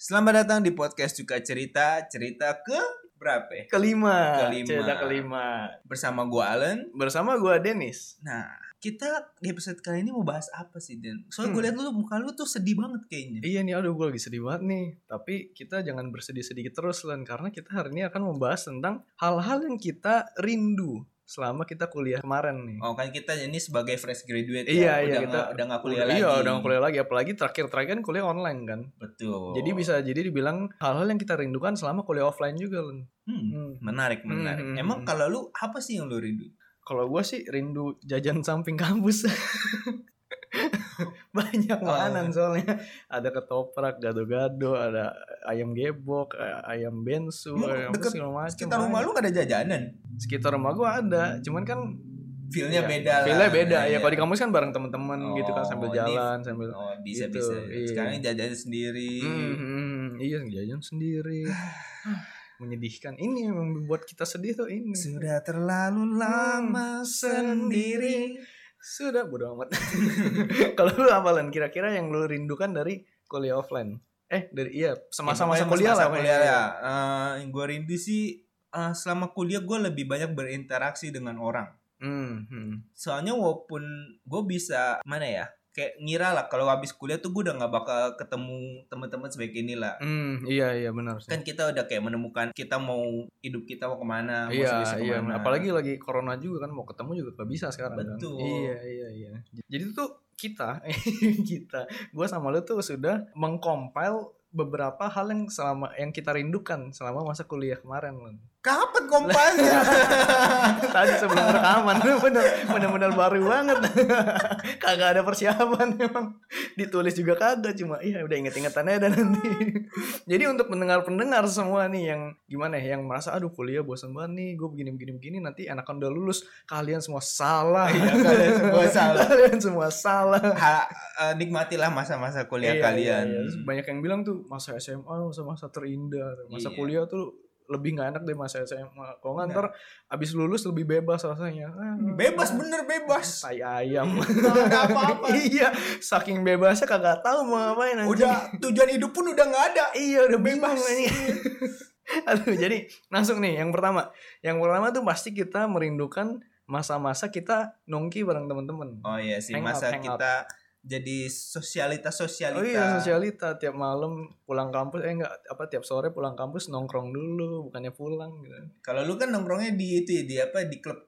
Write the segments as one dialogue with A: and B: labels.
A: Selamat datang di podcast Suka Cerita, cerita ke berapa?
B: kelima,
A: Kelima.
B: cerita kelima
A: Bersama gua Allen.
B: bersama gua Dennis
A: Nah, kita di episode kali ini mau bahas apa sih, Den? Soalnya gue
B: Hmm.
A: liat lu muka lu tuh sedih banget kayaknya.
B: iya nih aduh gua lagi sedih banget nih tapi kita jangan bersedih-sedih terus Len karena kita hari ini akan membahas tentang hal-hal yang kita rindu selama kita kuliah kemarin nih
A: Oh, kan kita ini sebagai fresh graduate ya.
B: Iya, iya,
A: udah
B: kita-
A: nggak- udah nggak kuliah lagi.
B: iya udah nggak kuliah lagi apalagi terakhir-terakhir kan kuliah online kan
A: Betul.
B: jadi bisa jadi dibilang hal-hal yang kita rindukan selama kuliah offline juga Len
A: Hmm, menarik,
B: Hmm,
A: menarik.
B: hmm,
A: Emang
B: hmm.
A: kalau lu apa sih yang lu rindu?
B: kalau gua sih rindu jajan samping kampus banyak
A: Oh.
B: makanan soalnya ada ketoprak gado-gado ada ayam gebok eh, ayam bensu
A: Lu Hmm,
B: ayam
A: deket
B: segala macam
A: Sekitar rumah lu gak ada jajanan.
B: sekitar rumah gua ada cuman kan
A: Feel-nya
B: ya,
A: beda lah.
B: feel-nya beda ya
A: Iya.
B: kalau di kampus kan bareng temen-temen gitu kan sambil
A: Oh, ini-
B: jalan sambil
A: Oh, bisa
B: Gitu,
A: bisa.
B: iya.
A: Sekarang jajanan sendiri.
B: Hmm, hmm, iya jajan sendiri menyedihkan ini yang membuat kita sedih tuh ini
A: Sudah terlalu
B: Hmm,
A: lama sendiri.
B: Sudah bodo amat. Kalau lu apalan kira-kira yang lu rindukan dari kuliah offline? Eh, dari iya, sama-sama
A: Ya,
B: yang
A: pokoknya
B: kuliah lah.
A: masa-masa
B: pokoknya.
A: kuliah ya. Eh, yang gue rindu sih eh, selama kuliah gue lebih banyak berinteraksi dengan orang.
B: Hmm, hmm.
A: Soalnya walaupun gue bisa mana ya? Kayak ngira lah kalau habis kuliah tuh gue udah nggak bakal ketemu teman-teman sebaik inilah.
B: Hmm, iya iya benar sih.
A: Kan kita udah kayak menemukan kita mau hidup kita mau kemana, mau
B: iya,
A: serius
B: iya,
A: kemana.
B: apalagi lagi corona juga kan mau ketemu juga gak bisa sekarang kan.
A: Betul.
B: Iya, iya, iya. Jadi tuh kita kita gua sama lu tuh sudah mengcompile beberapa hal yang selama yang kita rindukan selama masa kuliah kemarin Lon.
A: kapan kompanya?
B: tadi sebelum rekaman bener bener bener baru banget kagak ada persiapan emang ditulis juga kagak cuma iya udah inget-ingetannya dan nanti jadi untuk pendengar-pendengar semua nih yang gimana ya yang merasa aduh kuliah bosan banget nih gue begini begini begini nanti anak udah lulus kalian semua salah
A: Iya, kalian semua salah.
B: kalian semua salah
A: Ha, eh, nikmatilah masa-masa kuliah
B: Iya,
A: kalian.
B: iya, iya. Terus banyak yang bilang tuh masa SMA masa masa terindah masa
A: Iya.
B: kuliah tuh lebih nggak enak deh masa SMA kalau nggak
A: Nah.
B: ntar abis lulus lebih bebas rasanya Ah,
A: Bebas
B: ah,
A: bener bebas.
B: tai ayam
A: Nggak ada apa-apa.
B: iya saking bebasnya kagak tahu mau ngapain anjing.
A: Udah tujuan hidup pun udah nggak ada.
B: iya udah bingung
A: Bebas.
B: ini aduh jadi langsung nih yang pertama yang pertama tuh pasti kita merindukan masa-masa kita nongki bareng teman-teman
A: Oh iya sih
B: Hangout,
A: masa
B: hangout.
A: kita jadi sosialitas sosialita.
B: Oh iya sosialita tiap malam pulang kampus eh enggak apa tiap sore pulang kampus nongkrong dulu bukannya pulang gitu.
A: Kalau lu kan nongkrongnya di itu ya, di apa di klub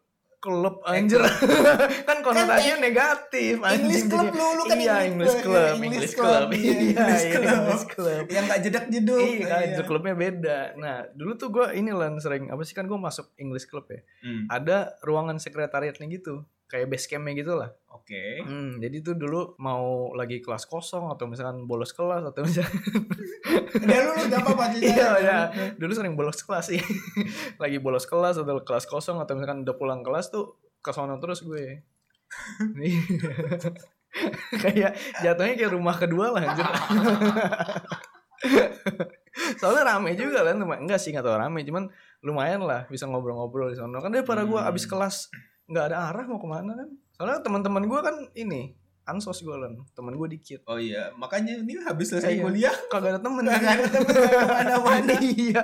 B: Klub anjir.
A: Eh,
B: kan konotasinya negatif
A: English
B: anjing.
A: club
B: jadi-
A: lu lu kan
B: iya English club,
A: English
B: English
A: club,
B: club.
A: iya, English
B: iya,
A: club.
B: English club.
A: Yang nggak jedak jeduk.
B: Iya, kan, itu klubnya beda. Nah, dulu tuh gue ini lan sering apa sih kan gue masuk English club ya.
A: Hmm,
B: Ada ruangan sekretariatnya gitu, kayak base campnya gitu lah.
A: Oke.
B: Hmm, jadi tuh dulu mau lagi kelas kosong atau misalkan bolos kelas atau misalkan
A: Udah lu lu gak apa-apa cerita.
B: Iya, iya. dulu sering bolos kelas sih lagi bolos kelas atau kelas kosong atau misalkan udah pulang kelas tuh ke sono terus gue kayak jatuhnya kayak rumah kedua lah anjir soalnya rame juga kan lumayan enggak sih nggak tau rame cuman lumayan lah bisa ngobrol-ngobrol di sono kan daripada gue
A: Hmm.
B: abis kelas nggak ada arah mau kemana kan soalnya teman-teman gue kan ini ansos gue lan teman gue dikit
A: Oh iya, makanya ini habis selesai
B: Iya.
A: kuliah
B: kagak ada temen
A: Kagak ada temen, kagak kemana-mana.
B: iya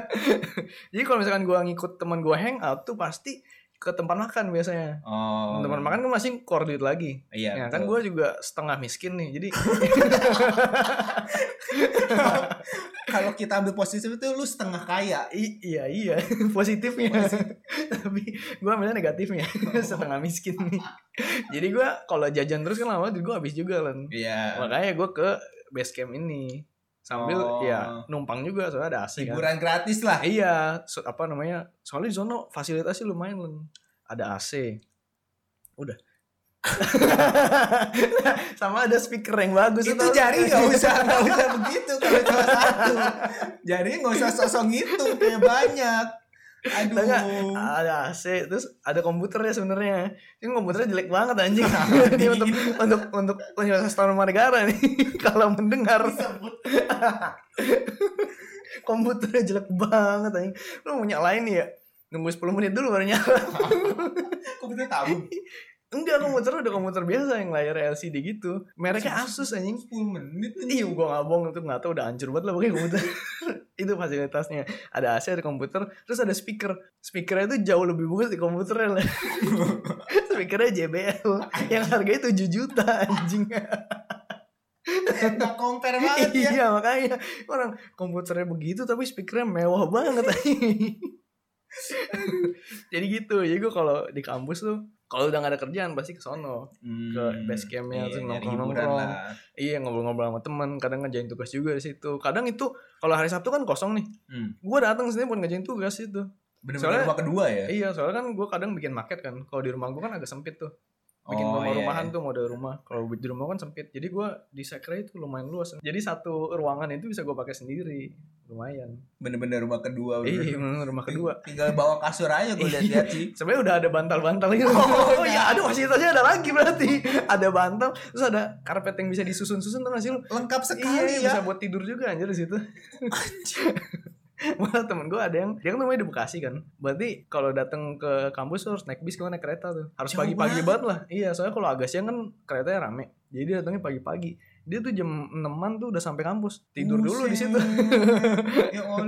B: jadi kalau misalkan gua ngikut teman gua hangout tuh pasti ke tempat makan biasanya
A: Oh.
B: teman makan kan masih keluar duit lagi
A: Iya.
B: ya
A: betul.
B: kan gua juga setengah miskin nih jadi
A: kalau kita ambil positif itu lu setengah kaya.
B: i- iya iya positifnya tapi gua ambilnya negatifnya
A: Oh.
B: setengah miskin nih jadi gua kalau jajan terus kan lama-lama duit gua habis juga lan
A: Iya.
B: makanya gua ke base camp ini sambil
A: Oh.
B: ya numpang juga soalnya ada AC kan
A: Hiburan gratis lah.
B: Iya, so- apa namanya? Soalnya di sono fasilitasnya lumayan, Len. Ada AC. Udah. Sama ada speaker yang bagus
A: itu
B: tau.
A: jari nggak usah nggak usah begitu kalau cuma satu jari nggak usah sosok gitu kayak banyak aduh
B: Tau nggak? ada AC terus ada komputernya sebenarnya ini komputernya jelek banget anjing ini untuk untuk untuk Universitas Tarumanegara nih kalau mendengar
A: Disebut.
B: komputernya jelek banget anjing lu mau nyalain nih ya nunggu 10 menit dulu baru nyala
A: komputer tahu
B: Enggak komputer udah komputer biasa yang layar LCD gitu. Mereknya Asus anjing.
A: 10 menit
B: Iya, gua ngabong itu nggak tahu udah hancur banget lah pakai komputer. itu fasilitasnya. Ada AC, ada komputer, terus ada speaker. Speakernya itu jauh lebih bagus di komputernya. lah. Speakernya JBL yang harganya 7 juta anjing.
A: Gak compare ya.
B: iya makanya orang komputernya begitu tapi speakernya mewah banget jadi gitu jadi gue kalau di kampus tuh kalau udah gak ada kerjaan pasti ke sono
A: Hmm.
B: Ke base campnya, terus nongkrong-nongkrong. iya ngobrol-ngobrol sama teman kadang ngerjain tugas juga di situ kadang itu kalau hari sabtu kan kosong nih
A: Hmm.
B: gue datang sini buat ngerjain tugas itu
A: Bener-bener
B: Soalnya-
A: rumah kedua ya
B: iya soalnya kan gue kadang bikin market kan kalau di rumah gue kan agak sempit tuh bikin
A: Oh, iya,
B: rumah-rumahan
A: iya.
B: tuh model rumah kalau di rumah kan sempit jadi gue di sekre itu lumayan luas jadi satu ruangan itu bisa gue pakai sendiri lumayan
A: Bener-bener rumah kedua bro.
B: Iya, bener, rumah kedua. Iya.
A: Tinggal bawa kasur aja gue lihat-lihat sih
B: Sebenarnya udah ada bantal-bantal
A: Oh,
B: gitu. Oh, iya, aduh fasilitasnya ada lagi berarti. Ada bantal, terus ada karpet yang bisa disusun-susun terus hasil.
A: Lengkap
B: Iya,
A: sekali
B: bisa
A: ya
B: buat tidur juga anjir di situ. Malah temen gue ada yang Dia kan rumahnya di Bekasi kan Berarti kalau datang ke kampus tuh harus naik bis Kalau naik kereta tuh Harus
A: Jauh
B: pagi-pagi banget lah Iya soalnya kalau agak siang kan Keretanya rame Jadi dia datangnya pagi-pagi Dia tuh jam 6an tuh udah sampai kampus Tidur dulu di situ
A: Buset. Ya Allah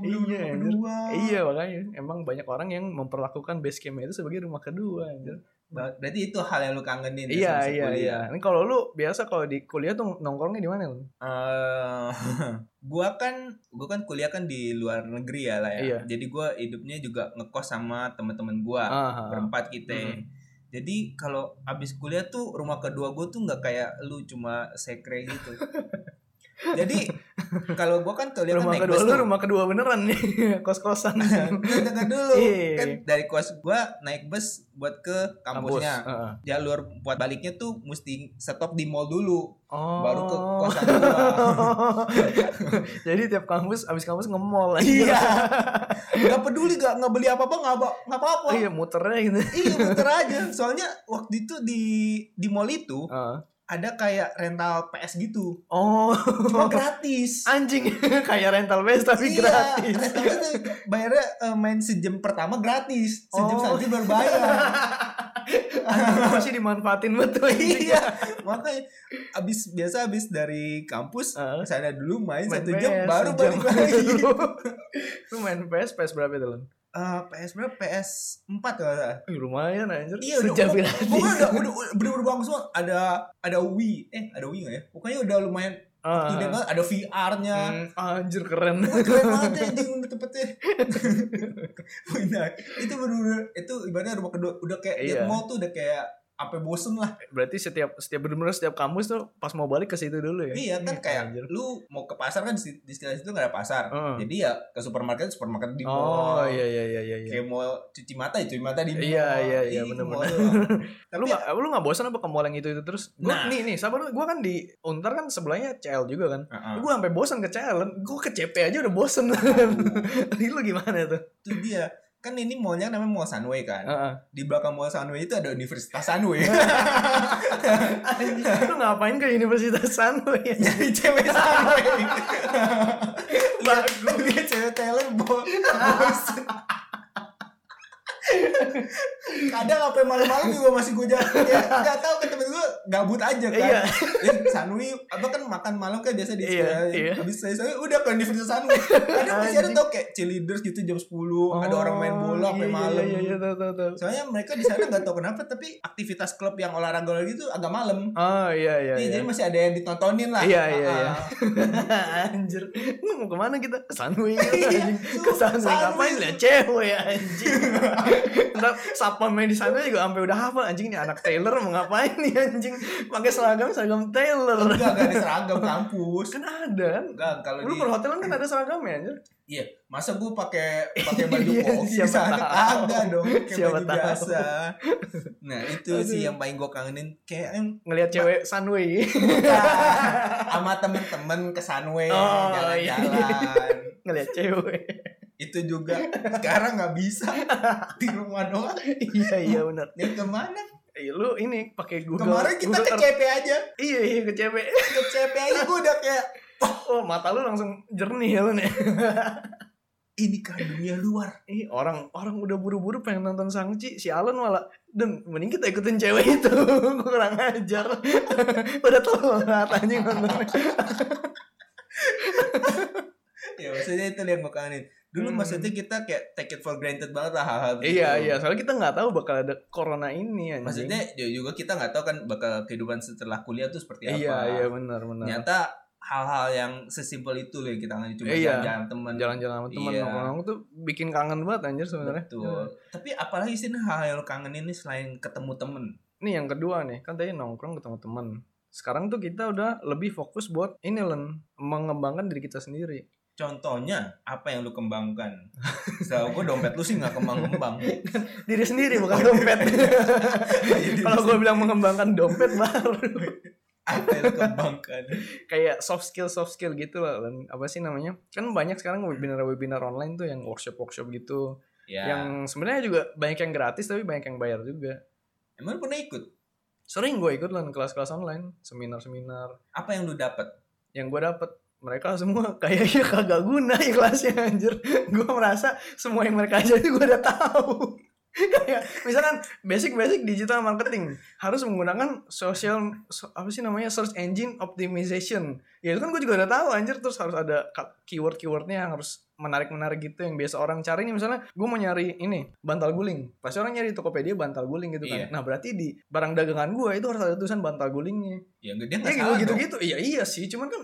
A: Belum
B: Iya,
A: rumah
B: anjir.
A: kedua
B: Iya makanya Emang banyak orang yang memperlakukan base camp itu sebagai rumah kedua anjir.
A: Ba- Berarti itu hal yang lu kangenin ya,
B: Iya
A: semasa
B: iya iya.
A: kuliah.
B: Ini kalau lu biasa kalau di kuliah tuh nongkrongnya di mana lu?
A: Eh, gua kan gua kan kuliah kan di luar negeri ya lah ya.
B: Iya.
A: Jadi gua hidupnya juga ngekos sama teman-teman gua
B: Ah,
A: berempat kita.
B: Mm.
A: Jadi kalau abis kuliah tuh rumah kedua gua tuh nggak kayak lu cuma sekre gitu. Jadi kalau gua kan kuliah
B: rumah
A: kan naik
B: kedua
A: bus
B: lu
A: tuh.
B: rumah kedua beneran nih kos kosan.
A: Dengar dulu.
B: Iya.
A: Kan dari kos gua naik bus buat ke
B: Kampus.
A: kampusnya.
B: Heeh.
A: Jalur buat baliknya tuh mesti stop di mall dulu
B: Oh.
A: baru ke kosan gua.
B: Jadi tiap kampus abis kampus nge-mall aja.
A: Iya. Gak peduli gak nggak beli apa apa nggak apa nggak apa apa.
B: Oh, iya muternya gitu.
A: Iya muter aja. Soalnya waktu itu di di mall itu
B: Heeh.
A: ada kayak rental PS gitu.
B: Oh,
A: Cuma gratis.
B: anjing kayak rental base tapi
A: iya,
B: gratis.
A: rental PS tuh bayarnya eh, main sejam pertama gratis, sejam
B: Oh.
A: selanjutnya baru bayar.
B: Anjing, Masih dimanfaatin betul. anjing.
A: iya, makanya abis biasa abis dari kampus
B: Heeh.
A: kesana dulu main,
B: Ah. Main
A: satu jam
B: PS,
A: baru
B: sejam
A: balik lagi.
B: dulu. Lu main PS, PS berapa itu, Lon?
A: Eh, PS berapa? PS 4 kalau nggak salah.
B: Ih, lumayan anjir.
A: Iya udah
B: Sejam
A: pokok-
B: gratis.
A: pokoknya udah udah udah- bener-bener bagus banget. Ada ada Wii, eh ada Wii nggak ya? Pokoknya udah lumayan
B: Ah.
A: gede banget. Ada VR-nya.
B: Hmm, anjir keren.
A: Wah, keren banget ya anjing udah tempatnya. Benar. itu bener-bener itu ibaratnya rumah kedua udah kayak
B: Iya.
A: liat mall tuh udah kayak apa ya, bosen lah.
B: Berarti setiap setiap benar setiap kampus tuh pas mau balik ke situ dulu ya.
A: Iya kan
B: Hmm,
A: kayak
B: anjir.
A: lu mau ke pasar kan di, sit- di sekitar situ nggak ada pasar.
B: Heeh.
A: Jadi ya ke supermarket supermarket di mall.
B: Hmm. Oh iya iya iya iya. iya.
A: Kayak mau cuci mata ya cuci mata di mall.
B: Iya, iya, iya,
A: Ih, ke
B: bener-bener.
A: mall doang. Tapi
B: Lu nggak lu nggak bosan apa ke mall yang itu itu terus? Gua,
A: Nah.
B: nih nih sabar lu, gua kan di Untar kan sebelahnya CL juga kan.
A: Heeh.
B: Gua sampai bosan ke CL, gua ke CP aja udah bosan. Lu gimana tuh?
A: itu dia kan ini mallnya namanya Mall Sunway kan
B: Heeh.
A: di belakang Mall Sunway itu ada Universitas Sunway
B: lu ngapain ke ya? Universitas Sanway?
A: nyari cewek Sunway lagu dia cewek Taylor bo- bosen. kadang apa malam-malam juga masih gue jalan ya nggak tahu kan temen gue gabut aja kan
B: Iya.
A: Ya, Sunway apa kan makan malam kan biasa di
B: Iya,
A: sekolah
B: iya.
A: habis saya saya udah ke Universitas Sunway kadang masih ada tau kayak cheerleaders gitu jam 10 ada orang main bola
B: iya,
A: sampai
B: iya,
A: malam
B: Iya iya tahu tahu tahu.
A: soalnya mereka di sana nggak tahu kenapa tapi aktivitas klub yang olahraga gitu agak malam
B: Oh iya iya.
A: Iya,
B: iya.
A: jadi masih ada yang ditontonin lah
B: Iya, iya, iya.
A: Ah,
B: anjir lu mau kemana kita ke Sunway gitu,
A: Iya,
B: anjing
A: tuh,
B: ke Sunway
A: Sunway.
B: ngapain lihat cewek ya anjing ntar satpamnya di sana juga sampai udah hafal anjing ini anak Taylor mau ngapain nih anjing pakai seragam seragam Taylor
A: enggak enggak ada seragam kampus
B: kan ada kan
A: enggak kalau
B: lu
A: di
B: perhotelan kan ada seragamnya anjir
A: iya masa gue pakai pakai baju
B: Iya,
A: koko di
B: siapa
A: sana
B: tahu.
A: kagak dong pakai
B: Siapa
A: baju
B: tahu.
A: biasa nah itu sih
B: Aduh.
A: yang paling gue kangenin kayak em,
B: ngelihat cewek Sunway
A: sama temen-temen ke Sunway
B: Oh, iya.
A: jalan-jalan
B: ngelihat cewek
A: itu juga sekarang nggak bisa di rumah doang
B: iya iya benar
A: ya kemana
B: Eh, lu ini pakai Google
A: kemarin kita
B: Google
A: ke
B: Earth.
A: CP aja
B: iya iya ke cewek
A: ke CP aja gue udah kayak
B: ya? oh mata lu langsung jernih ya lu nih
A: ini kan dunia luar
B: Ih, orang orang udah buru-buru pengen nonton Sangchi, si Alan malah dan mending kita ikutin cewek itu. Kurang ajar. udah telat anjing nonton.
A: ya maksudnya itu yang gue kangenin dulu
B: Hmm.
A: maksudnya kita kayak take it for granted banget lah hal-hal begitu.
B: iya, iya, soalnya kita nggak tahu bakal ada corona ini anjing.
A: maksudnya ya juga kita nggak tahu kan bakal kehidupan setelah kuliah tuh seperti apa
B: iya, iya benar benar.
A: ternyata hal-hal yang sesimpel itu loh yang kita kangen cuma
B: Iya.
A: jalan-jalan teman
B: Jalan-jalan ya. sama teman
A: Iya.
B: nongkrong tuh bikin kangen banget anjir sebenarnya.
A: betul tapi apalagi sih nih hal yang lo kangenin nih selain ketemu temen
B: Nih yang kedua nih, kan tadi nongkrong ketemu teman. Sekarang tuh kita udah lebih fokus buat ini Len, mengembangkan diri kita sendiri.
A: contohnya apa yang lu kembangkan setahu gue dompet lu sih nggak kembang-kembang
B: Diri sendiri bukan dompet. Kalau gue bilang mengembangkan dompet baru.
A: apa yang lu kembangkan
B: kayak soft skill soft skill gitu lah Len. apa sih namanya kan banyak sekarang webinar webinar online tuh yang workshop workshop gitu
A: ya
B: yang sebenarnya juga banyak yang gratis tapi banyak yang bayar juga
A: emang lu pernah ikut
B: sering gue ikut lan kelas-kelas online seminar seminar
A: apa yang lu dapat
B: yang gue dapet mereka semua kayaknya kagak guna ikhlasnya anjir gue merasa semua yang mereka ajarin gue udah tahu kayak misalkan basic basic digital marketing harus menggunakan social so- apa sih namanya search engine optimization ya itu kan gue juga udah tahu anjir terus harus ada keyword keywordnya yang harus menarik menarik gitu yang biasa orang cari nih misalnya gue mau nyari ini bantal guling pasti orang nyari di tokopedia bantal guling gitu kan
A: Iya.
B: nah berarti di barang dagangan gue itu harus ada tulisan bantal gulingnya
A: ya dia
B: ya
A: nggak
B: gitu
A: salah
B: gitu
A: dong.
B: gitu iya iya sih cuman kan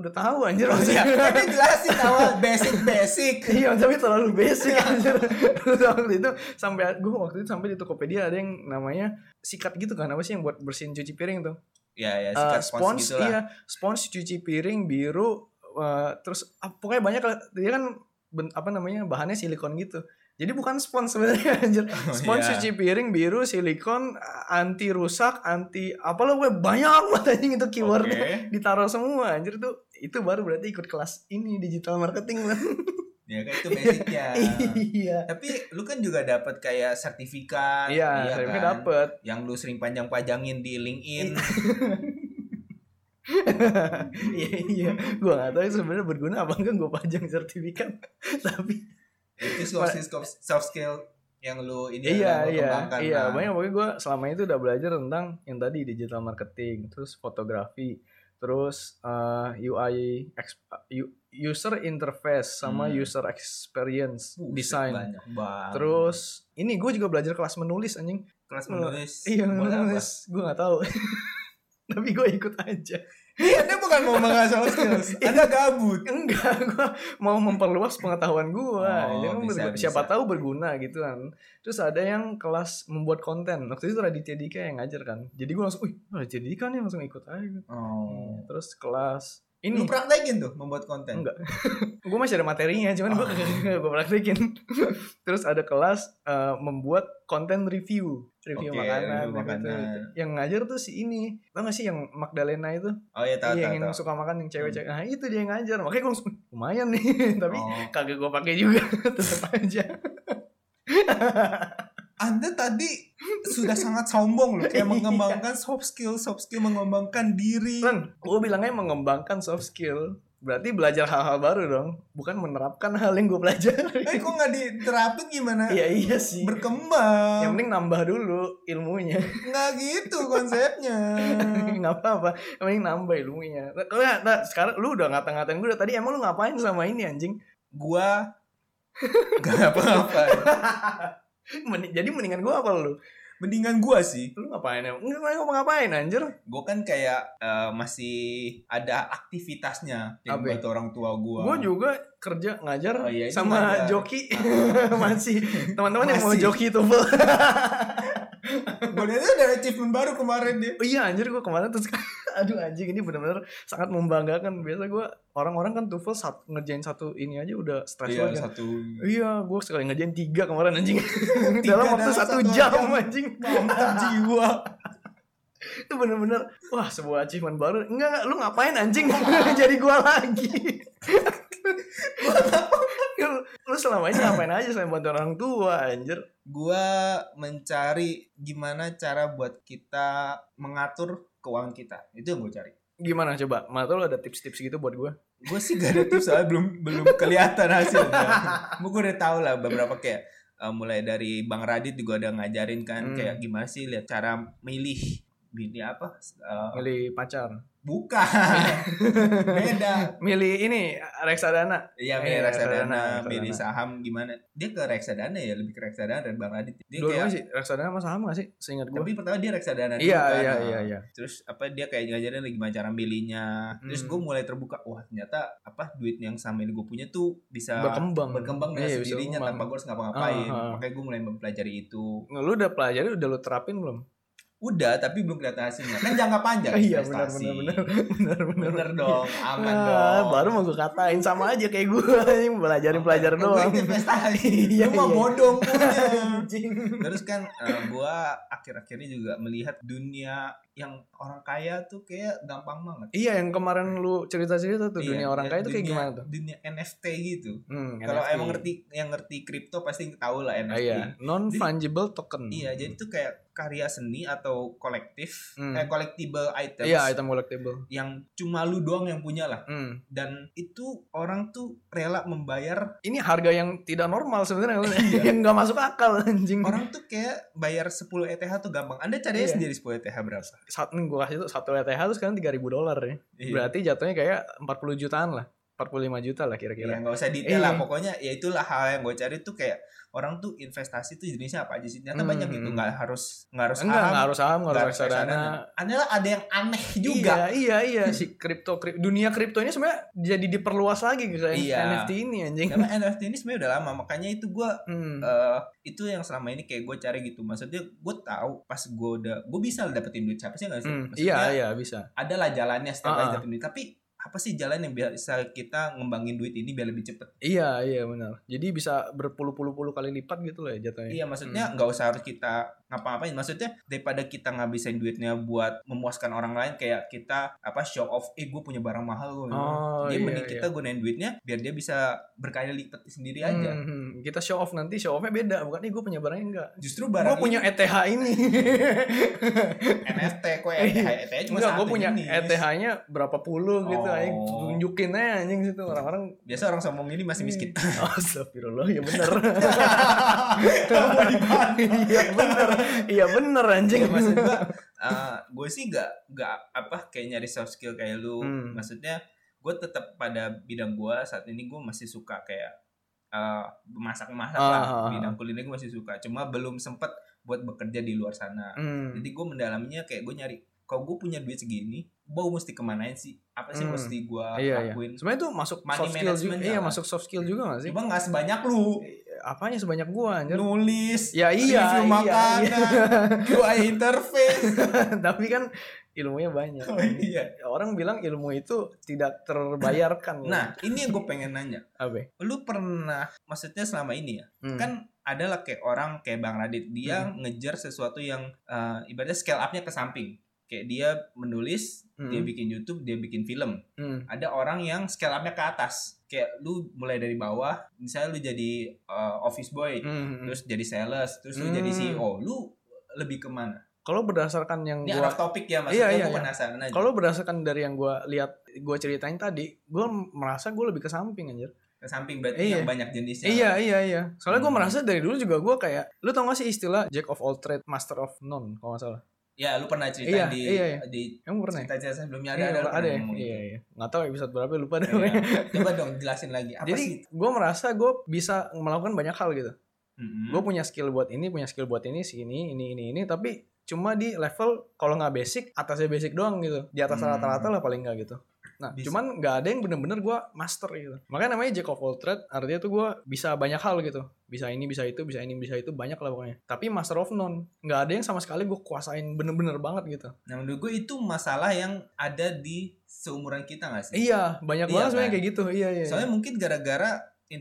B: udah tahu anjir
A: Iya,
B: maksudnya
A: kan dia jelasin awal basic basic
B: Oh, iya tapi terlalu basic anjir Terus waktu itu sampai gue waktu itu sampai di Tokopedia ada yang namanya sikat gitu kan apa sih yang buat bersihin cuci piring tuh
A: ya ya
B: Eh,
A: sikat spons,
B: spons
A: gitu lah
B: iya spons cuci piring biru eh, terus ah, pokoknya banyak lah dia kan ben- apa namanya bahannya silikon gitu jadi bukan spons sebenarnya anjir
A: Oh, iya.
B: spons cuci piring biru silikon anti rusak anti apalah gue banyak banget anjing itu keywordnya
A: Oke.
B: ditaruh semua anjir tuh itu baru berarti ikut kelas ini digital marketing lah
A: ya kan itu basicnya
B: iya
A: tapi lu kan juga dapat kayak sertifikat
B: iya saya
A: kan?
B: dapet
A: yang lu sering panjang-panjangin di LinkedIn
B: iya iya gue nggak tahu itu sebenarnya berguna apa enggak gue pajang sertifikat tapi
A: itu soft skill soft skill yang lu ini yang
B: iya
A: lu
B: iya
A: kembangkan,
B: iya
A: nah.
B: banyak pokoknya gue selama itu udah belajar tentang yang tadi digital marketing terus fotografi terus eh, UI exp- eh, u- user interface sama
A: Hmm.
B: user experience
A: Buset,
B: design
A: banyak banget.
B: terus ini gue juga belajar kelas menulis anjing
A: kelas menulis
B: Iya
A: buat apa?
B: menulis Gue gak tahu Tapi gue ikut aja
A: Iya, dia bukan mau membahas soft skills ada gabut
B: Enggak Gue mau memperluas pengetahuan gue
A: Oh, bisa, bisa.
B: Siapa tahu berguna gitu kan Terus ada yang kelas membuat konten Waktu itu Raditya Dika yang ngajar kan Jadi gue langsung Wih Raditya Dika nih langsung ikut aja gua.
A: oh
B: Terus kelas
A: lu
B: Ini
A: praktekin tuh membuat konten
B: Enggak Gue masih ada materinya Cuman
A: Oh.
B: gue gue praktekin Terus ada kelas eh, Membuat konten review Review
A: Oke,
B: makanan,
A: review
B: gitu.
A: makanan.
B: Yang ngajar tuh si ini Tau gak sih yang Magdalena itu
A: oh iya tahu
B: iya, yang,
A: tahu tahu.
B: suka makan yang cewek-cewek. Nah, itu dia yang ngajar. Makanya gue langsung lumayan nih, tapi
A: Oh.
B: kagak gue pakai juga tetap aja.
A: Anda tadi sudah sangat sombong loh kayak mengembangkan soft skill, soft skill mengembangkan diri.
B: Lan, gue bilangnya mengembangkan soft skill. Berarti belajar hal-hal baru dong, bukan menerapkan hal yang gue pelajari.
A: Eh kok nggak diterapin gimana?
B: Iya iya sih. Yang
A: Berkembang.
B: penting nambah dulu ilmunya.
A: Nggak gitu konsepnya. Hmm.
B: nggak apa-apa. Yang penting nambah ilmunya. Lu ya, nah, sekarang lu udah ngata-ngatain gue tadi. Emang lu ngapain sama ini anjing?
A: Gua nggak apa-apa.
B: Mending- Jadi mendingan gue apa lu?
A: Mendingan gua sih.
B: Lu ngapain? Emang? Nggak mau ngapain anjir?
A: Gua kan kayak eh, masih ada aktivitasnya yang
B: Apa?
A: buat orang tua gua.
B: Gue juga kerja
A: Oh,
B: ngajar
A: iya, itu
B: sama
A: ngajar.
B: joki masih teman-teman yang mau
A: Masih.
B: joki tuh
A: Gua lihat ada achievement baru kemarin dia.
B: Oh iya anjir gue kemarin terus aduh anjing ini benar-benar sangat membanggakan biasa gue orang-orang kan TOEFL sat- ngerjain satu ini aja udah stres
A: Iya
B: banget
A: satu.
B: iya gue sekali ngerjain tiga kemarin anjing dalam waktu
A: dalam satu
B: satu jam,
A: jam.
B: anjing
A: Mantap jiwa.
B: itu bener-bener wah sebuah achievement baru enggak enggak lu ngapain anjing jadi gue lagi Lu- lu selama ini ngapain aja selain bantuan orang tua anjir
A: gua mencari gimana cara buat kita mengatur keuangan kita itu yang gue cari
B: gimana coba mata lu ada tips-tips gitu buat gue
A: gue sih gak ada tips soalnya belum belum kelihatan hasilnya. Gue udah tahu lah beberapa kayak eh, mulai dari Bang Radit juga udah ngajarin kan
B: Hmm.
A: kayak gimana sih lihat cara milih bini apa eh,
B: milih pacar
A: bukan beda
B: milih ini reksadana
A: Iya,
B: Eh,
A: milih
B: reksadana,
A: reksadana,
B: reksadana.
A: milih saham gimana? Dia ke reksadana ya, lebih ke reksadana dan Bang Radit. Dia
B: dua
A: kayak
B: sih reksadana mah sama gak sih seingat gue
A: tapi pertama dia reksadana dulu
B: iya
A: kan.
B: iya
A: Nah,
B: iya iya
A: Terus apa dia kayak ngajarin lagi gimana cara milihnya. Terus
B: Hmm.
A: gue mulai terbuka, wah ternyata apa duit yang sama ini gue punya tuh bisa
B: berkembang
A: ya, berkembang dengan
B: Iya, bisa
A: sendirinya
B: berkembang.
A: tanpa gue harus ngapa-ngapain.
B: Ah, ah.
A: Makanya gue mulai mempelajari itu.
B: Nggak, lu udah pelajari udah lu terapin belum
A: Udah, tapi belum kelihatan hasilnya. Kan jangka panjang
B: iya benar
A: investasi.
B: benar benar benar benar
A: Bener dong, aman
B: Ah,
A: dong.
B: baru mau gue katain sama aja kayak gue yang belajarin
A: Kan
B: pelajar
A: gua
B: doang
A: investasi.
B: Iya,
A: Lu mah
B: iya.
A: bodong punya.
B: anjing
A: Terus kan eh, gua akhir-akhir ini juga melihat dunia yang orang kaya tuh kayak gampang banget.
B: iya yang kemarin lu cerita cerita tuh
A: Iya,
B: dunia orang kaya itu kayak
A: dunia-
B: gimana tuh
A: Dunia NFT gitu.
B: Hmm,
A: Kalau
B: NFT.
A: emang ngerti yang ngerti kripto pasti tahu lah
B: Ah,
A: NFT.
B: iya non fungible token
A: Iya, jadi tuh kayak karya seni atau kolektif,
B: Hmm.
A: eh collectible items
B: iya item collectible
A: yang cuma lu doang yang punya lah.
B: Hmm.
A: Dan itu orang tuh rela membayar,
B: ini harga yang tidak normal sebenarnya Iya. yang nggak masuk akal anjing
A: orang tuh kayak bayar 10 ETH tuh gampang. Anda cari
B: Iya.
A: aja sendiri 10 ETH berapa?
B: saat gue kasih tuh satu ETH tuh sekarang tiga ribu dolar ya
A: Iya.
B: berarti jatuhnya kayak 40 jutaan lah 45 juta lah
A: Iya,
B: kira-kira
A: nggak usah detail
B: Iya.
A: lah. Pokoknya ya itulah hal yang gue cari tuh kayak orang tuh investasi tuh jenisnya apa aja sih. Ternyata
B: Hmm.
A: banyak gitu. Nggak harus nggak harus
B: enggak
A: saham,
B: nggak harus saham nggak
A: nggak
B: harus reksadana
A: Adalah ada yang aneh juga. Hmm.
B: Iya, iya, iya. si kripto kri- dunia kripto ini sebenarnya jadi diperluas lagi ke
A: Iya.
B: NFT ini anjing.
A: Karena NFT ini sebenarnya udah lama. Makanya itu gue
B: Hmm.
A: eh itu yang selama ini kayak gue cari gitu. Maksudnya gue tahu pas gue udah gue bisa lah dapetin duit siapa sih nggak sih?
B: Hmm,
A: Maksudnya
B: Iya, iya bisa.
A: ada lah jalannya setiap kali
B: Ah.
A: dapetin duit. Tapi apa sih jalan yang bisa kita ngembangin duit ini biar lebih cepet?
B: Iya, iya benar. Jadi bisa berpuluh-puluh kali lipat gitu lah ya jatuhnya.
A: Iya maksudnya nggak usah harus kita ngapa-ngapain maksudnya daripada kita ngabisin duitnya buat memuaskan orang lain kayak kita apa show off eh gue punya barang mahal gue
B: Oh,
A: jadi
B: iya,
A: mending
B: iya.
A: kita gunain duitnya biar dia bisa berkali lipat sendiri aja
B: Hmm, hmm. Kita show off nanti show offnya beda. Bukan nih gue punya barangnya enggak.
A: justru
B: Gue
A: barang
B: punya ETH ini.
A: NFT kok ya? ETH ETH cuma
B: Iya. enggak,
A: satu
B: gue punya E
A: jenis.
B: ETH-nya berapa puluh gitu.
A: Oh.
B: Aing tunjukin aja anjing situ orang-orang.
A: biasa orang sombong ini masih miskin
B: Astagfirullah, ya benar.
A: Mau dibanding.
B: Iya benar. Iya benar anjing.
A: Iya, maksud gue gue sih gak gak apa kayak nyari soft skill kayak lu
B: Hmm.
A: maksudnya gue tetap pada bidang gue saat ini gue masih suka kayak masak masak lah
B: Ah, ah, ah.
A: bidang kuliner gue masih suka cuma belum sempet buat bekerja di luar sana
B: Hmm.
A: jadi gue mendalaminya kayak gue nyari kalau gue punya duit segini gue mesti kemanain sih apa sih
B: Hmm.
A: mesti gue
B: iya, iya.
A: lakuin
B: Sebenarnya itu masuk
A: Money
B: soft skill juga.
A: management
B: Iya,
A: lah.
B: masuk soft skill juga gak sih?
A: cuma nggak sebanyak lu
B: Apanya sebanyak gua anjir.
A: nulis
B: Ya iya,
A: review
B: iya,
A: makanan
B: iya.
A: QA interface
B: Tapi kan ilmunya banyak.
A: Oh, iya.
B: Orang bilang ilmu itu tidak terbayarkan.
A: nah ini yang gue pengen nanya
B: Abe.
A: lu pernah maksudnya selama ini ya
B: Hmm.
A: kan adalah kayak orang kayak Bang Radit dia ngejar sesuatu yang eh, ibaratnya scale upnya ke samping kayak dia menulis
B: Hmm.
A: dia bikin YouTube dia bikin film
B: Hmm.
A: ada orang yang scale upnya ke atas kayak lu mulai dari bawah misalnya lu jadi eh, office boy
B: Hmm.
A: terus jadi sales terus lu
B: Hmm.
A: jadi CEO lu lebih kemana
B: Kalau berdasarkan yang
A: ini
B: gua
A: out of topic ya maksudnya
B: Iya, iya,
A: gua
B: iya.
A: penasaran aja
B: kalau berdasarkan dari yang gua lihat gua ceritain tadi, gua merasa gua lebih ke samping anjir.
A: ke samping berarti
B: Iya.
A: yang banyak jenisnya
B: Iya, iya, iya. Soalnya gua
A: Hmm.
B: merasa dari dulu juga gua kayak lu tau gak sih istilah jack of all trade, master of none kalau gak salah.
A: ya lu pernah cerita
B: Iya,
A: di
B: iya, iya.
A: di
B: Emang pernah? ya?
A: cerita-cerita sebelumnya ada
B: Iya,
A: ada, lu pernah
B: ya?
A: ngomong
B: Iya,
A: gitu.
B: iya. Nggak tahu episode berapa lupa deh.
A: Iya. Coba dong jelasin lagi apa
B: Jadi
A: sih?
B: gue merasa gue bisa melakukan banyak hal gitu.
A: Mm-mm.
B: Gue punya skill buat ini, punya skill buat ini, si ini, ini, ini, ini. Tapi cuma di level kalau nggak basic, atasnya basic doang gitu. Di atas
A: Hmm.
B: rata-rata lah paling nggak gitu. Nah,
A: Bisa.
B: cuman nggak ada yang bener-bener gue master gitu. Makanya namanya jack of all trade. Artinya tuh gue bisa banyak hal gitu. Bisa ini, bisa itu, bisa ini, bisa itu, banyak lah pokoknya. Tapi master of none. Nggak ada yang sama sekali gue kuasain bener-bener banget gitu.
A: Nah menurut gue itu masalah yang ada di seumuran kita gak sih?
B: Iya, banyak
A: Iya,
B: banget sebenarnya
A: kan?
B: kayak gitu. Iya, iya.
A: Soalnya mungkin gara-gara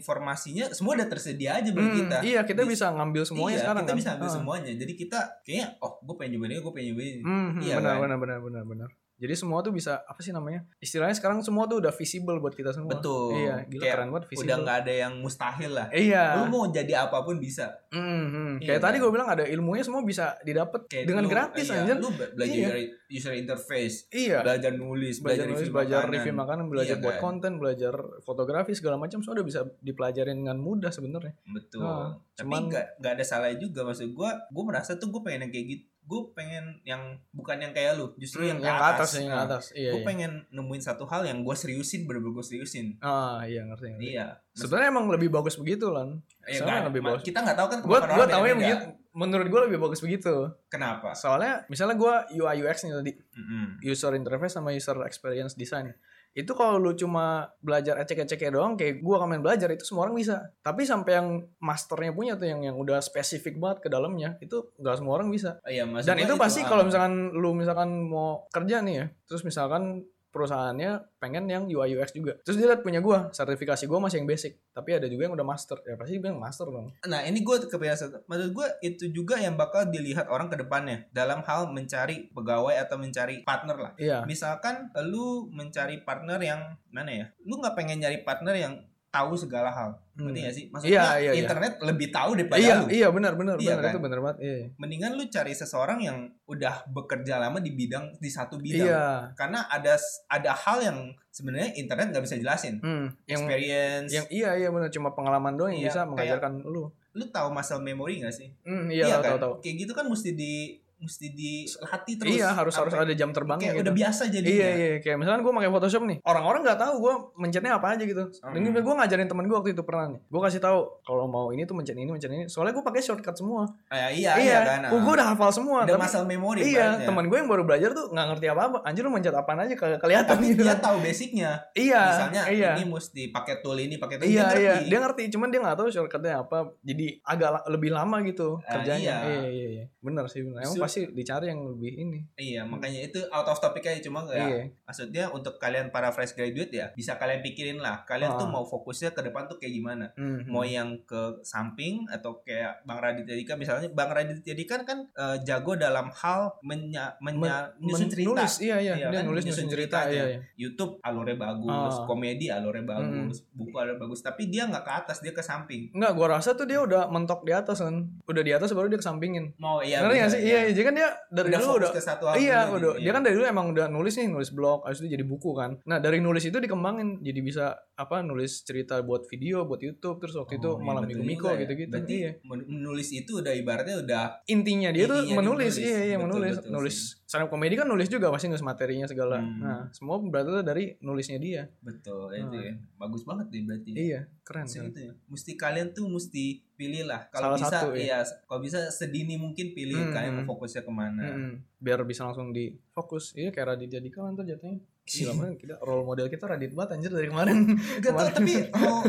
A: informasinya semua udah tersedia aja buat
B: Hmm,
A: kita.
B: Iya, kita
A: Di-
B: bisa ngambil semuanya
A: Iya,
B: sekarang
A: kita
B: kan.
A: bisa ambil
B: Ah.
A: semuanya. Jadi kita kayaknya oh gue pengen nyobain ini, gue pengen nyobain ini.
B: Hmm,
A: Iya
B: benar,
A: kan?
B: benar, benar, benar, benar. Jadi semua tuh bisa apa sih namanya? Istilahnya sekarang semua tuh udah visible buat kita semua.
A: Betul.
B: Iya, gila
A: Kayak
B: keren banget
A: Udah
B: visible.
A: nggak ada yang mustahil lah.
B: Iya.
A: Lu mau jadi apapun bisa.
B: Mhm.
A: Iya,
B: Kayak tadi
A: kan?
B: gue bilang ada ilmunya semua bisa didapat
A: Kayak
B: dengan
A: lu-
B: gratis
A: iya,
B: anjir.
A: Lu be- belajar
B: Iya.
A: dari user interface,
B: Iya.
A: belajar nulis,
B: Belajar nulis, belajar
A: makanan.
B: review makanan, belajar
A: Iya,
B: buat
A: kan?
B: konten, belajar fotografi segala macam semua udah bisa dipelajarin dengan mudah sebenarnya.
A: Betul.
B: Nah,
A: Tapi
B: cuman-
A: nggak nggak ada salahnya juga maksud gua. Gua merasa tuh gua pengen yang kayak gitu. Gua pengen yang bukan yang kayak lu, justru yang, ke atas.
B: Hmm, yang ke atas. Iya.
A: Gue
B: iya.
A: pengen nemuin satu hal yang gue seriusin, bener-bener gue seriusin.
B: Ah, iya ngerti. ngerti.
A: Iya.
B: Sebenarnya emang lebih bagus begitu lan.
A: Ya,
B: Soalnya
A: nggak-
B: lebih bagus.
A: Kita nggak tahu kan
B: Gue
A: pendapat
B: gue
A: orang
B: tau yang
A: beda-beda.
B: begitu. Menurut gue lebih bagus begitu.
A: Kenapa?
B: Soalnya misalnya gue UI UX nih tadi
A: Mm-mm.
B: user interface sama user experience design. Itu kalau lu cuma belajar ecek-eceknya doang kayak gua kemarin belajar itu semua orang bisa. Tapi sampai yang masternya punya tuh yang yang udah spesifik banget ke dalamnya itu nggak semua orang bisa.
A: Oh, Iya, maksud
B: Dan
A: gua
B: itu pasti
A: ah.
B: kalau misalkan lu misalkan mau kerja nih ya, terus misalkan perusahaannya pengen yang UI UX juga. Terus dia lihat punya gua, sertifikasi gua masih yang basic, tapi ada juga yang udah master. Ya pasti dia bilang master dong.
A: Nah, ini gue kebiasaan. Maksud gue itu juga yang bakal dilihat orang ke depannya dalam hal mencari pegawai atau mencari partner lah.
B: Iya.
A: Misalkan lu mencari partner yang mana ya? Lu nggak pengen nyari partner yang tahu segala hal.
B: Hmm.
A: Ngerti nggak sih? Maksudnya
B: Iya, iya, iya.
A: internet lebih tahu daripada
B: Iya,
A: lu.
B: iya benar benar
A: Iya,
B: benar
A: kan?
B: itu benar banget. Iya. iya.
A: Mendingan lu cari seseorang yang udah bekerja lama di bidang di satu bidang.
B: Iya.
A: Karena ada ada hal yang sebenarnya internet nggak bisa jelasin.
B: Hmm, yang
A: Experience.
B: yang iya iya benar cuma pengalaman doang
A: Iya,
B: yang bisa
A: kayak-
B: mengajarkan lu.
A: Lu tahu muscle memory nggak sih?
B: Hmm, iya, tahu
A: kan?
B: tahu tahu.
A: Kayak gitu kan mesti di mesti dilatih terus.
B: Iya, harus harus
A: Sampai-
B: ada jam
A: Kayak
B: terbangnya gitu.
A: udah ya. biasa jadinya.
B: Iya iya kayak misalkan gue pakai Photoshop nih orang-orang nggak tahu gue mencetnya apa aja gitu.
A: Hmm.
B: Dan gue ngajarin temen gue waktu itu pernah nih. Gue kasih tahu kalau mau ini tuh mencet ini mencet ini. Soalnya gue pakai shortcut semua.
A: Ah, iya, iya,
B: iya.
A: kan.
B: gue udah hafal semua.
A: ada
B: tapi-
A: muscle memory ya.
B: Iya
A: ibaratnya.
B: temen gue yang baru belajar tuh nggak ngerti apa apa. Anjir lu mencet apaan aja ke- kelihatan
A: tapi
B: gitu.
A: dia tahu basicnya
B: Iya.
A: misalnya
B: iya.
A: ini mesti pakai tool ini pakai tool
B: Iya
A: ini
B: iya dia ngerti cuman dia nggak tahu shortcutnya apa jadi agak la- lebih lama gitu
A: Ah,
B: kerjanya
A: iya.
B: iya iya iya benar sih benar emang
A: Justru-
B: pasti dicari yang lebih ini
A: iya makanya itu out of topic aja cuma ya,
B: iya
A: maksudnya untuk kalian para fresh graduate ya bisa kalian pikirin lah kalian tuh
B: Ah.
A: mau fokusnya ke depan tuh kayak gimana Hmm,
B: Mhm.
A: mau yang ke samping atau kayak Bang Raditya Dika misalnya Bang Raditya Dika kan eh, jago dalam hal menya, menya, menyusun
B: Men-
A: cerita
B: nulis iya iya,
A: Iya,
B: dia
A: kan,
B: nulis
A: menyusun
B: nyusun cerita
A: ceritanya.
B: iya iya
A: YouTube alurnya bagus,
B: Ah.
A: komedi alurnya bagus, buku alurnya bagus, tapi dia nggak ke atas, dia ke samping.
B: Enggak, gua rasa tuh dia udah mentok di atas kan. Udah di atas baru dia kesampingin.
A: Mau iya.
B: Ngerti
A: bener,
B: gak sih? Iya, iya. Jadi kan dia dari
A: Udah
B: dulu
A: fokus
B: udah
A: ke satu hal
B: Iya,
A: dulu,
B: udah.
A: gitu,
B: Dia
A: iya.
B: kan dari dulu emang udah nulis nih, nulis blog, habis itu jadi buku kan. Nah, dari nulis itu dikembangin jadi bisa apa nulis cerita buat video, buat YouTube, terus waktu itu
A: Oh, iya,
B: malam
A: betul
B: Minggu
A: juga
B: Miko
A: ya.
B: gitu-gitu.
A: Berarti
B: Iya.
A: men- menulis itu udah ibaratnya udah
B: Intinya dia tuh
A: Intinya dia
B: menulis,
A: menulis.
B: iya iya
A: Betul,
B: menulis,
A: betul
B: nulis. Stand up komedi kan nulis juga pasti nulis materinya segala.
A: Hmm.
B: Nah, semua berarti tuh dari nulisnya dia.
A: betul itu ya. Bagus banget deh berarti.
B: Hmm. Iya, keren.
A: Mesti
B: keren.
A: itu ya. Mesti kalian tuh mesti pilih lah. Kalau
B: Salah
A: bisa
B: satu, ya.
A: iya, kalau bisa sedini mungkin pilih
B: Hmm,
A: kalian
B: hmm.
A: mau fokusnya kemana.
B: Mm-mm. biar bisa langsung difokus iya kayak Raditya Dika kan tuh jatuhnya
A: Iya.
B: Gila banget kita role model kita Radit banget anjir dari kemarin.
A: Gak tau
B: Kemana?
A: tapi oh,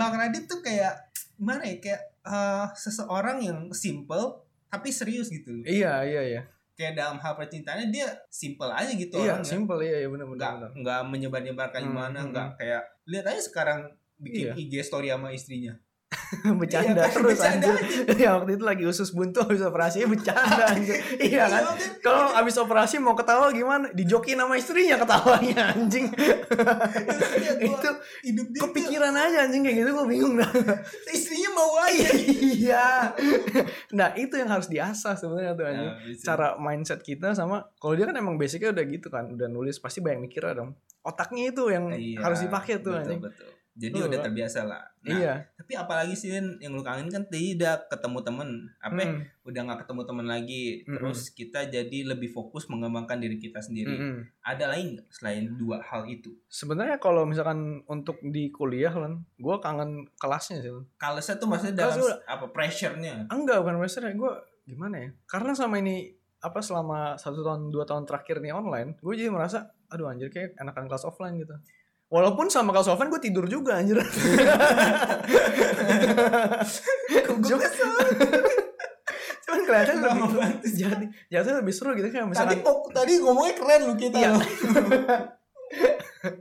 A: Bang Radit tuh kayak gimana ya kayak eh, seseorang yang simple tapi serius gitu.
B: iya, iya, iya.
A: Kayak dalam hal percintaannya dia simple aja gitu
B: Iya,
A: orangnya.
B: simple iya, iya benar
A: nggak
B: benar. benar.
A: nggak menyebar-nyebarkan
B: Hmm,
A: gimana
B: hmm,
A: nggak kayak lihat aja sekarang bikin
B: Iya.
A: IG story sama istrinya
B: bercanda
A: Iya, kan,
B: terus
A: bercanda
B: anjir. Iya, waktu itu lagi usus buntu habis operasi bercanda anjir. iya kan? Kalau habis operasi mau ketawa gimana? Dijokin sama istrinya ketawanya anjing.
A: Iya, gua-
B: itu
A: hidup dia tuh
B: kepikiran aja anjing kayak gitu gua bingung dah.
A: istrinya mau aja
B: iya. Nah, itu yang harus diasah sebenarnya tuh anjing.
A: Nah, bisa.
B: cara mindset kita sama kalau dia kan emang basicnya udah gitu kan udah nulis pasti banyak mikirnya dong otaknya itu yang
A: Iya,
B: harus dipakai tuh
A: betul,
B: anjing
A: betul. jadi
B: Betul,
A: udah
B: Pak.
A: terbiasa lah Nah,
B: iya
A: tapi apalagi sih Lin, yang lu kangen kan tidak ketemu temen apa ya,
B: Mm,
A: udah nggak ketemu temen lagi
B: Mm-mm.
A: terus kita jadi lebih fokus mengembangkan diri kita sendiri
B: mm-mm.
A: ada lain nggak selain dua hal itu
B: sebenarnya kalau misalkan untuk di kuliah lan gue kangen kelasnya sih Lan.
A: kalesnya tuh maksudnya
B: Kales
A: dalam
B: dulu.
A: apa pressure-nya
B: enggak bukan master gue gimana ya karena sama ini apa selama satu tahun dua tahun terakhir nih online gue jadi merasa aduh anjir kayak enakan kelas offline gitu walaupun sama kelas offline gue tidur juga anjir Jok. cuman kelihatan
A: Lama
B: lebih
A: banget.
B: jadi jatuhnya lebih seru gitu kayak
A: tadi
B: misalkan
A: pok- tadi ngomongnya keren lu kita
B: Iya.
A: lo.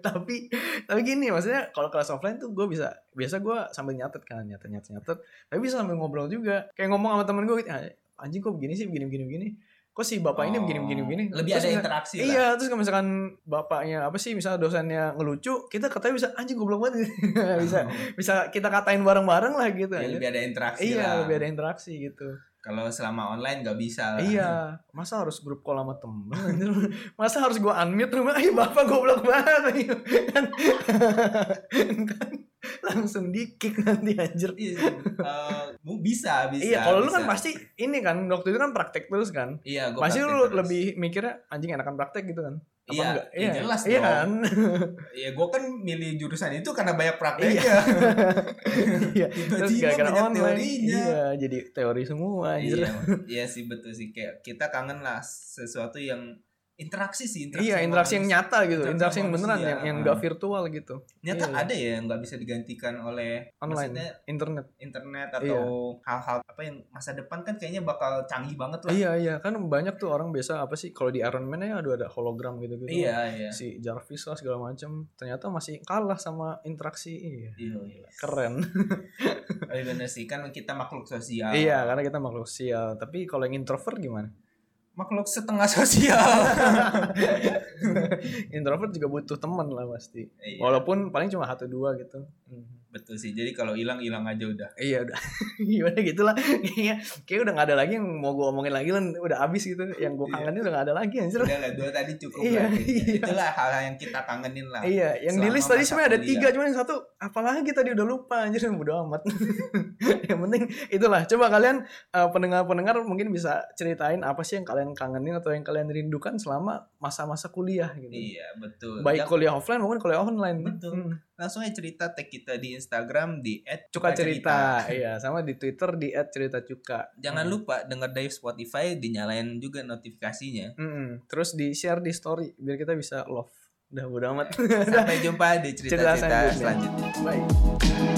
B: tapi tapi gini maksudnya kalau kelas offline tuh gue bisa biasa gue sambil nyatet kan nyatet nyatet nyatet tapi bisa sambil ngobrol juga kayak ngomong sama temen gue gitu "Ah, anjing kok begini sih begini begini begini kok si bapak ini
A: Oh.
B: begini begini begini
A: Lebih
B: Terus
A: ada
B: misalkan-
A: interaksi lah.
B: iya terus kalau misalkan bapaknya apa sih misalnya dosennya ngelucu kita katanya bisa anjing goblok banget bisa bisa kita katain bareng bareng lah gitu
A: Ya,
B: anjing.
A: Iya, lebih ada interaksi
B: iya
A: lah. Ah.
B: lebih ada interaksi gitu
A: Kalau selama online nggak bisa lah.
B: Iya, masa harus grup call sama temen? anjir? masa harus gua unmute rumah? Ih, bapak goblok banget. Iya, kan? Kan? langsung di-kick nanti anjir.
A: Iya, eh, mu bisa bisa.
B: iya, kalau lu kan
A: bisa.
B: pasti ini kan waktu itu kan praktek terus kan.
A: Iya, gua
B: Pasti
A: praktek
B: lu
A: terus.
B: lebih mikirnya anjing enakan praktek gitu kan. Apa
A: Iya,
B: enggak?
A: ya jelas
B: Iya
A: dong.
B: kan?
A: Iya, ggue kan milih jurusan itu karena banyak prakteknya.
B: Iya. Terus
A: Tiba-tiba
B: gara-gara
A: banyak
B: online.
A: teorinya.
B: Iya, jadi teori semua anjir.
A: Iya, iya sih betul sih kayak kita kangen lah sesuatu yang interaksi sih interaksi.
B: Iya,
A: sama
B: interaksi yang
A: manusia.
B: nyata gitu,
A: Interaksi
B: interaksi yang
A: sama
B: beneran
A: manusia,
B: yang yang
A: ah.
B: enggak virtual gitu.
A: Nyata
B: Iya.
A: ada ya yang nggak bisa digantikan oleh maksudnya
B: Online, Iya. internet.
A: internet atau hal-hal apa yang masa depan kan kayaknya bakal canggih banget lah.
B: Iya iya kan banyak tuh orang biasa apa sih kalau di Iron Man ya aduh ada hologram gitu gitu.
A: Iya, iya.
B: Si Jarvis lah segala macam ternyata masih kalah sama interaksi. Iya.
A: Iya, iya.
B: Keren.
A: Tapi bener sih kan kita makhluk sosial.
B: Iya karena kita makhluk sosial. Tapi kalau yang introvert gimana?
A: Makhluk setengah sosial.
B: introvert juga butuh teman lah pasti.
A: Iya,
B: Walaupun paling cuma satu dua gitu. Mhm.
A: betul sih. Jadi kalau hilang hilang aja udah.
B: Iya udah gimana gitu lah kayaknya kayak udah nggak ada lagi yang mau gue omongin lagi lah udah abis gitu yang gue
A: Iya.
B: kangenin udah nggak ada lagi anjir
A: Udah lah dua tadi cukup
B: Iya,
A: lah. kayaknya.
B: iya.
A: Itulah hal-hal yang kita kangenin lah.
B: Iya, yang di
A: Selama
B: list tadi
A: masa
B: sebenarnya ada
A: kuliah.
B: tiga, cuman yang satu apalagi tadi udah lupa anjir bodo amat. yang penting itulah. Coba kalian eh, pendengar-pendengar mungkin bisa ceritain apa sih yang kalian kangenin atau yang kalian rindukan selama masa-masa kuliah gitu.
A: Iya betul.
B: Baik
A: Yang-
B: kuliah offline maupun kuliah online.
A: Betul.
B: Hmm.
A: langsung aja cerita tag kita di Instagram di
B: Cuka
A: @cukacerita.
B: cerita. Iya, sama di Twitter di @ceritacuka.
A: Jangan
B: Hmm.
A: lupa denger dari Spotify dinyalain juga notifikasinya.
B: Mm-mm. Terus di share di story biar kita bisa love. Udah bodo amat.
A: Sampai jumpa di cerita-cerita
B: selanjutnya.
A: selanjutnya.
B: Bye.